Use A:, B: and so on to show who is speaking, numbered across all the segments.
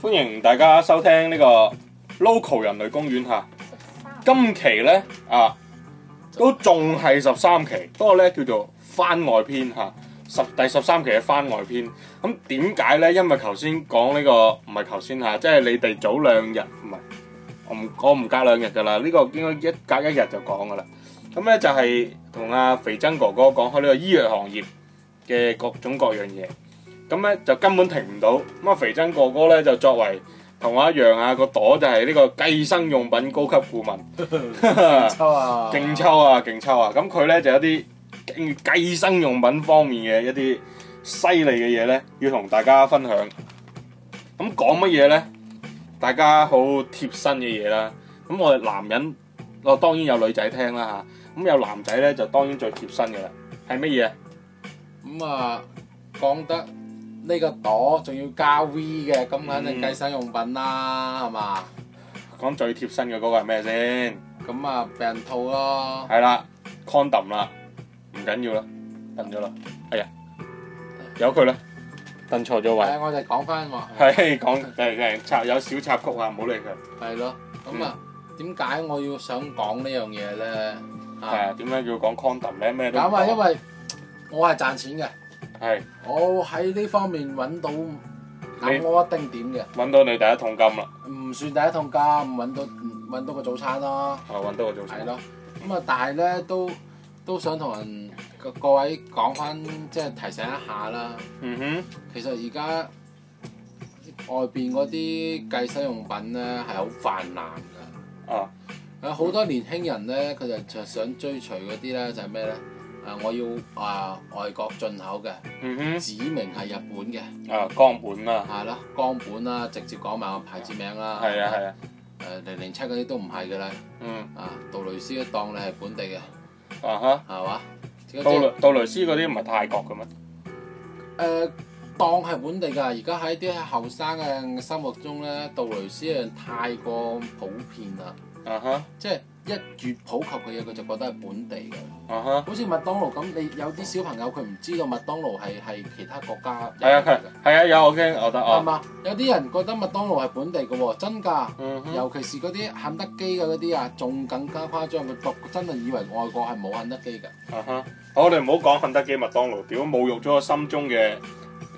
A: 歡迎大家收聽呢個 Local 人類公園吓。今期呢，啊，都仲係十三期，不過呢叫做番外篇吓，十第十三期嘅番外篇。咁點解呢？因為頭先講呢個唔係頭先吓，即係你哋早兩日唔係，我唔我唔隔兩日㗎啦，呢、個應該一隔一日就講㗎啦。咁呢，就係同阿肥曾哥哥講開呢個醫藥行業嘅各種各樣嘢。咁咧就根本停唔到。咁啊，肥真哥哥咧就作為同我一樣啊，個朵就係呢個計生用品高級顧問，
B: 抽啊！
A: 勁抽啊，勁抽啊！咁佢咧就有啲計計生用品方面嘅一啲犀利嘅嘢咧，要同大家分享。咁講乜嘢咧？大家好貼身嘅嘢啦。咁我哋男人，我當然有女仔聽啦嚇。咁有男仔咧就當然最貼身嘅啦。係乜嘢？
B: 咁啊，講得呢個朵仲要加 V 嘅，咁肯
A: 嗯
B: 定計生用品啦，係嘛？
A: 講最貼身嘅嗰個係咩先？
B: 咁啊，避孕套咯，
A: 係啦，condom 啦，唔緊要啦，燉咗啦，哎呀，由佢啦，燉錯咗位，
B: 誒，啊我哋講翻話
A: 係講誒誒插有小插曲啊，唔好理佢，
B: 係咯。咁啊，
A: 嗯
B: 點解我要想講呢樣嘢咧？
A: 係
B: 啊，
A: 啊，點解要講 condom 咧？咩都唔
B: 咁啊，因
A: 講
B: 為我係賺錢嘅，
A: 係
B: 我喺呢方面揾到
A: 你
B: 咁我一丁點
A: 揾到你第一桶金啦，
B: 嘅，唔算第一桶金，揾到揾到個早餐咯。
A: 啊揾到個早
B: 係
A: 餐，
B: 咯，咁啊，但係咧都都想同人各各位講翻，即係提醒一下啦。
A: 嗯
B: 其實而家外邊嗰啲計生用品咧係好泛濫㗎，
A: 哼，啊
B: 有好多年輕人咧佢就就想追隨嗰啲咧就係咩咧？啊，我要啊外國進口嘅，
A: 嗯哼，
B: 指明係日本嘅，
A: 啊江本啦，
B: 係啦，江本啦，直接講埋個牌子名啦。
A: 係啊係啊，
B: 誒零零七嗰啲都唔係㗎啦，
A: 嗯
B: 啊杜蕾斯都當你係本地嘅，
A: 啊哈。
B: 係嘛？即係
A: 杜蕾杜蕾斯嗰啲唔係泰國嘅咩？
B: 誒、當係本地㗎，而家喺啲後生嘅心目中咧，杜蕾斯一樣太過普遍啦，
A: 啊哈
B: 即係一越普及嘅嘢，佢就覺得係本地嘅。
A: 啊哈，
B: 好似麥當勞咁，你有啲小朋友佢唔知道麥當勞係係其他國家
A: 係啊
B: 入
A: 佢
B: 嚟嘅，
A: 係啊有我聽我覺得
B: 係
A: 啊，
B: 嘛？有啲人覺得麥當勞係本地嘅喎，真㗎。
A: 嗯哼，
B: 尤其是嗰啲肯德基嘅嗰啲啊，仲更加誇張，佢讀真係以為外國係冇肯德基㗎。
A: 啊哈！我哋唔好講肯德基、麥當勞，屌侮辱咗我心中嘅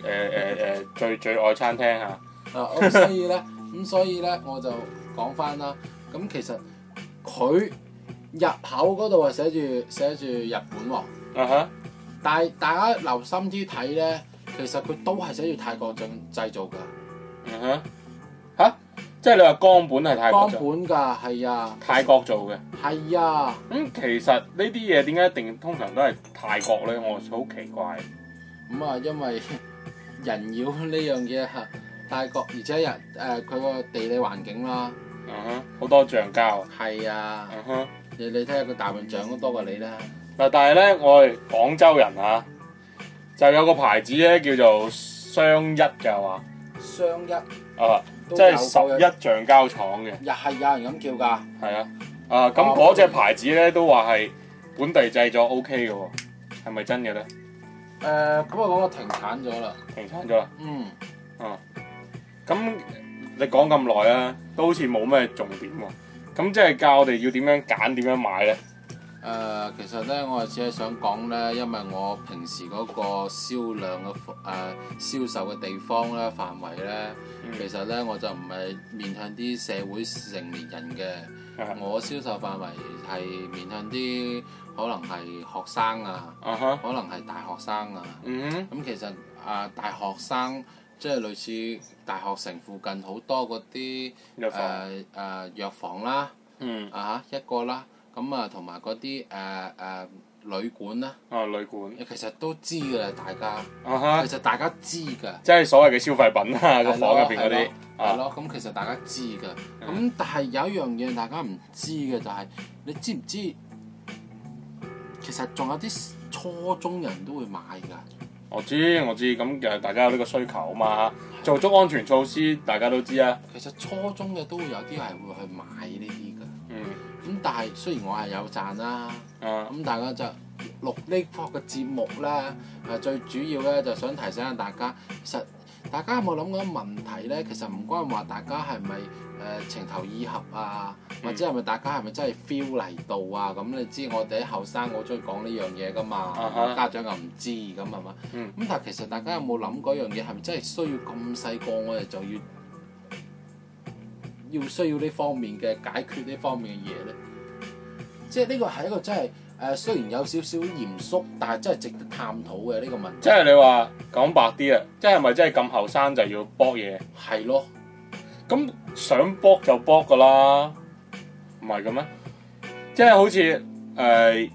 A: 誒誒誒最最愛餐廳嚇。
B: 啊，咁所以咧， 咁所以咧，我就講翻啦。咁其實佢入口嗰度係啊寫住寫住日本喎，
A: 啊哈！
B: 但係大家留心啲睇咧，其實佢都係寫住泰國製製造㗎，
A: 嗯哼，嚇！即係你話江本係泰
B: 江
A: 國做，
B: 本㗎，係啊，
A: 泰國做嘅。
B: 係啊，
A: 咁、其實呢啲嘢點解一定通常都係泰國咧？我好奇怪。
B: 咁啊，因為 人妖呢樣嘢嚇，泰國而且人誒佢個地理環境啦，
A: 嗯
B: Uh-huh
A: 哼，好多橡膠啊。
B: 係啊，
A: 嗯哼，
B: 你你睇下個大笨象都多過你啦，
A: 嗱，但係咧，我哋廣州人啊，就有個牌子咧叫做雙一嘅話，
B: 雙一
A: 啊，
B: 都
A: 即
B: 有
A: 係
B: 夠
A: 十
B: 有
A: 一橡膠廠嘅。
B: 又係有人咁叫㗎。
A: 係啊，啊
B: 哦
A: 咁嗰只牌子咧都話係本地製作 O K 嘅喎，係咪真嘅咧？
B: 誒，咁啊嗰個停產咗啦。
A: 停產咗啦。
B: 嗯，
A: 咁你講咁耐啦，都好似冇咩重點喎。咁即係教我哋要點樣揀，點樣買咧？
B: 誒、其實咧，我係只係想講咧，因為我平時嗰個銷量嘅誒、銷售嘅地方咧範圍咧，
A: 嗯
B: 其實咧我就唔係面向啲社會成年人嘅，
A: 啊
B: 我銷售範圍係面向啲可能係學生啊，
A: 啊哈，
B: 可能係大學生啊。
A: 嗯哼，
B: 咁其實啊、大學生即係類似大學城附近好多嗰啲
A: 藥房
B: 誒誒藥房啦。
A: 嗯，
B: 啊嚇一個啦，咁啊同埋嗰啲誒誒旅館啦，
A: 啊旅館，
B: 其實都知㗎啦，大家
A: 啊哈，
B: 其實大家知㗎，
A: 即係所謂嘅消費品啊，個
B: 係咯
A: 房入邊嗰啲
B: 係
A: 啊，嗯
B: 咯，咁其實大家知㗎，咁但係有一樣嘢大家唔知嘅就係、你知唔知？其實仲有啲初中人都會買㗎，
A: 我知我知，咁就大家有呢個需求啊嘛，做足安全措施，大家都知啊，
B: 其實初中嘅都會有啲係會去買呢啲㗎。
A: 嗯，
B: 咁但係雖然我係有賺啦，
A: 啊，
B: 咁大家就啊錄呢個嘅節目啦，誒最主要咧就想提醒下大家，其實大家有冇諗過一個問題咧？其實唔關話大家係咪誒情投意合啊，
A: 嗯
B: 或者係咪大家係咪真係 feel 嚟到啊？咁你知我哋啲後生好中意講呢樣嘢噶嘛
A: 啊哈
B: 家長又唔知咁係嘛？咁、
A: 嗯
B: 但係其實大家有冇諗過一樣嘢係咪真係需要咁細個我哋就要要需要呢方面嘅解決呢方面嘅嘢咧？即係呢個係一個真係誒、雖然有少少嚴肅，但係真係值得探討嘅呢、個問
A: 即
B: 題。
A: 係你話講白啲啊，即係咪真係咁後生就要搏嘢？
B: 係咯。
A: 咁想搏就搏噶啦，唔係嘅咩？即係好似誒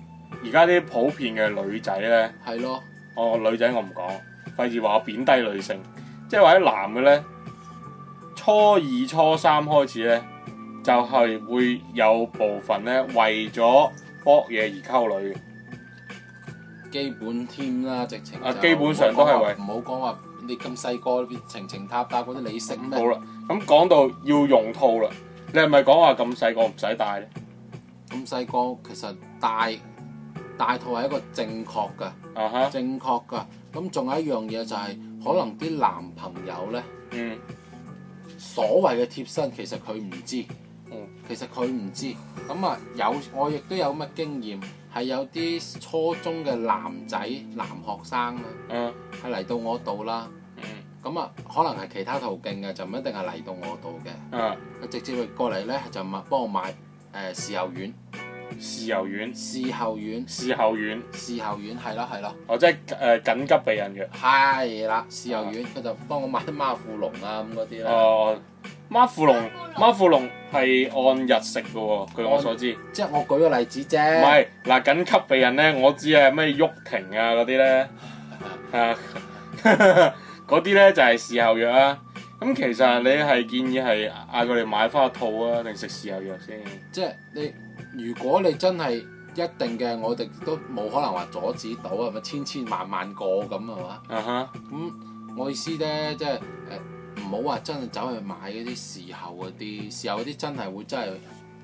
A: 而家啲普遍嘅女仔咧。
B: 係咯，
A: 哦，女仔我唔講，費事話我貶低女性，即係或者男嘅咧，初二、初三開始咧，就係、會有部分咧為咗搏嘢而溝女嘅，
B: 基本添啦，直情就
A: 啊基本上都係為
B: 唔好講話你咁細個情情塔塔嗰啲你識
A: 好
B: 咩？
A: 啦，咁講到要用套啦，你係咪講話咁細個唔使戴咧？
B: 咁細個其實大大套係一個正確嘅，
A: 啊哈，
B: 正確嘅。咁仲有一樣嘢就係、可能啲男朋友咧，
A: 嗯，
B: 所謂嘅貼身其實佢唔知，
A: 嗯
B: 其實佢唔知。咁啊有我亦都有咁嘅經驗，係有啲初中嘅男仔男學生啦，
A: 嗯，
B: 係嚟到我度啦。
A: 嗯，
B: 咁啊，可能係其他途徑嘅，就唔一定係嚟到我度嘅。
A: 啊，
B: 佢直接過嚟咧，就問幫我買誒、呃、事後丸、
A: 事後丸，
B: 事後丸、
A: 事後丸，
B: 事後丸，係啦係啦，
A: 哦，即係誒、呃、緊急避孕藥，
B: 係啦，事後丸，佢就幫我買啲孖富龍啊咁嗰啲啦。
A: 哦，孖富龍，孖富龍係按日食嘅喎，據我所知。
B: 即係我舉個例子
A: 唔
B: 啫，
A: 係嗱，緊急避孕咧，我知係咩喐停啊嗰啲咧，啊 嗰啲咧就係事後藥啊。咁其實你係建議係嗌佢哋買翻個套啊，定食事後藥先？
B: 即係你如果你真係一定嘅，我哋都冇可能話阻止到啊係咪？千千萬萬個咁係嘛？
A: 啊哈，
B: 咁我意思咧，即係誒唔好話真係走去買嗰啲事後嗰啲，事後嗰啲真係會真係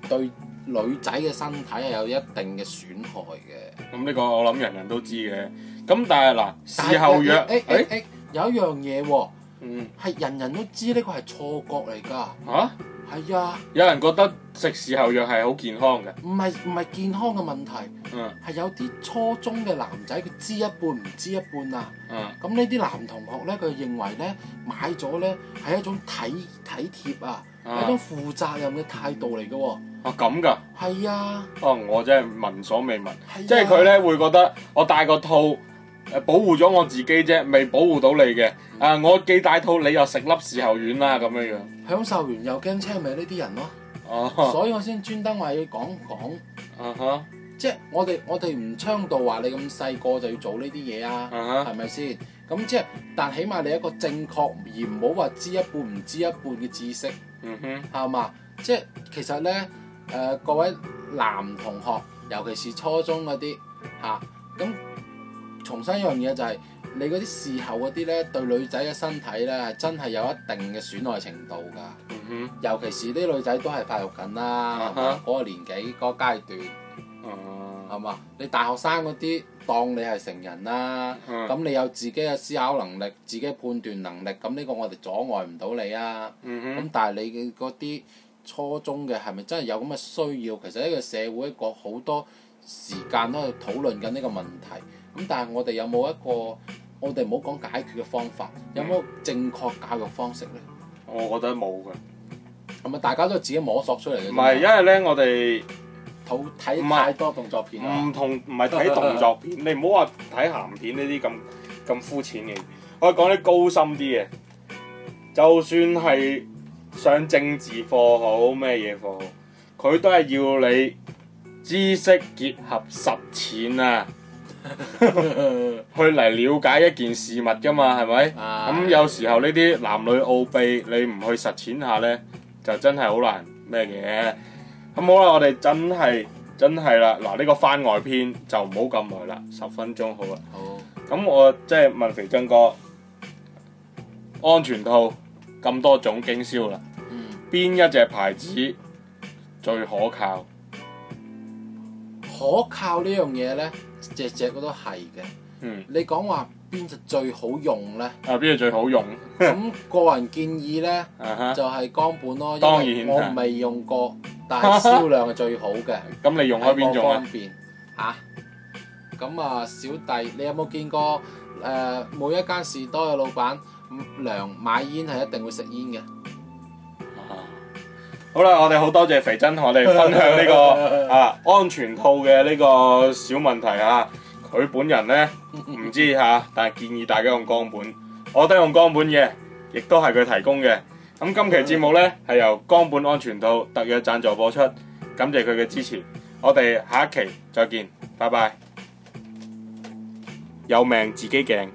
B: 對女仔嘅身體係有一定嘅損害嘅。
A: 咁呢個我諗人人都知嘅。咁但係嗱，事後藥，
B: 誒
A: 誒
B: 誒，誒有一樣嘢喎，
A: 嗯
B: 係人人都知呢個係錯覺嚟㗎。
A: 嚇，
B: 係啊，
A: 有人覺得食事後藥係好健康嘅，
B: 唔係唔係健康嘅問題，
A: 嗯
B: 係有啲初中嘅男仔佢知一半唔知一半啊。
A: 嗯
B: 咁呢啲男同學咧，佢認為咧買咗咧係一種體體貼啊。係一種
A: 啊，
B: 負責任嘅態度嚟嘅喎。
A: 啊咁㗎，
B: 係啊，
A: 哦，我真係聞所未聞。
B: 係啊
A: 即係佢，咧會覺得我戴個套誒保護咗我自己啫，未保護到你嘅。
B: 嗯
A: 啊，我既戴套，你又食粒事後丸啦咁樣樣。
B: 享受完又驚車尾呢啲人咯，
A: 哦，
B: 所以我先專登話要講講，
A: 啊哈，
B: 即係我哋我哋唔倡導話你咁細個就要做呢啲嘢啊，
A: 啊哈，
B: 係咪先？咁即係，但起碼你一個正確而唔好話知一半唔知一半嘅知識，
A: 嗯哼，
B: 係嘛？啊即係其實咧，誒、各位男同學，尤其是初中嗰啲嚇，咁、重申一樣嘢就係、你嗰啲事後嗰啲咧，對女仔嘅身體咧係真係有一定嘅損害程度㗎。
A: 嗯
B: 尤其是啲女仔都係發育緊啦，
A: 啊
B: 係
A: 哈
B: 嘛嗰、個年紀嗰、個階段
A: 哼，哦，
B: 係嘛？你大學生嗰啲當你係成人啦，
A: 嗯
B: 咁你有自己嘅思考能力、自己嘅判斷能力，咁呢個我哋阻礙唔到你啊。咁、
A: 嗯
B: 但係你嘅嗰啲初中嘅係咪真係有咁嘅需要？其實呢個社會個好多時間都喺度討論緊呢個問題。咁但係我哋有冇一個，我哋唔好講解決嘅方法，有冇正確教育方式呢？
A: 哼，哦我覺得冇㗎。
B: 係咪大家都係自己摸索出嚟嘅啫？
A: 唔係，因為咧我哋
B: 睇睇
A: 唔係
B: 太多動作片啊啦。
A: 唔同，唔係睇動作片，你唔好話睇鹹片呢啲咁咁膚淺嘅嘢。我講啲高深啲嘅，就算係上政治課好咩嘢課好，佢都係要你知識結合實踐啊，去嚟了解一件事物噶嘛，係咪？
B: 啊
A: 咁有時候呢啲男女奧秘，你唔去實踐下呢，就真係好難咩嘅。咁好啦，我哋真係真係啦，嗱呢個番外篇就唔好咁耐啦，十分鐘好啦。
B: 好
A: 咁我即係問肥真哥，安全套咁多種經銷啦，
B: 嗯，
A: 邊一隻牌子最可靠？
B: 可靠呢樣嘢呢，隻隻都係嘅。
A: 嗯
B: 你講話邊隻最好用 咧？
A: 啊邊個最好用？
B: 咁個人建議咧
A: 啊哈，
B: 就係江本咯，因
A: 當
B: 為
A: 然
B: 我未用過，但係銷量係最好嘅，
A: 咁你 用開邊
B: 係
A: 種
B: 我
A: 啊
B: 方？便嚇。咁啊，小弟，你有冇見過誒、每一間士多嘅老闆嗯娘買煙係一定會食煙嘅？
A: 好啦，我哋好多謝肥真同我哋分享呢、個啊安全套嘅呢個小問題啊。佢本人呢，唔知嚇、但係建議大家用光本，我都用光本嘅，亦都係佢提供嘅。咁今期節目呢，係由光本安全套特約贊助播出，感謝佢嘅支持。我哋下一期再見，拜拜。有命自己鏡。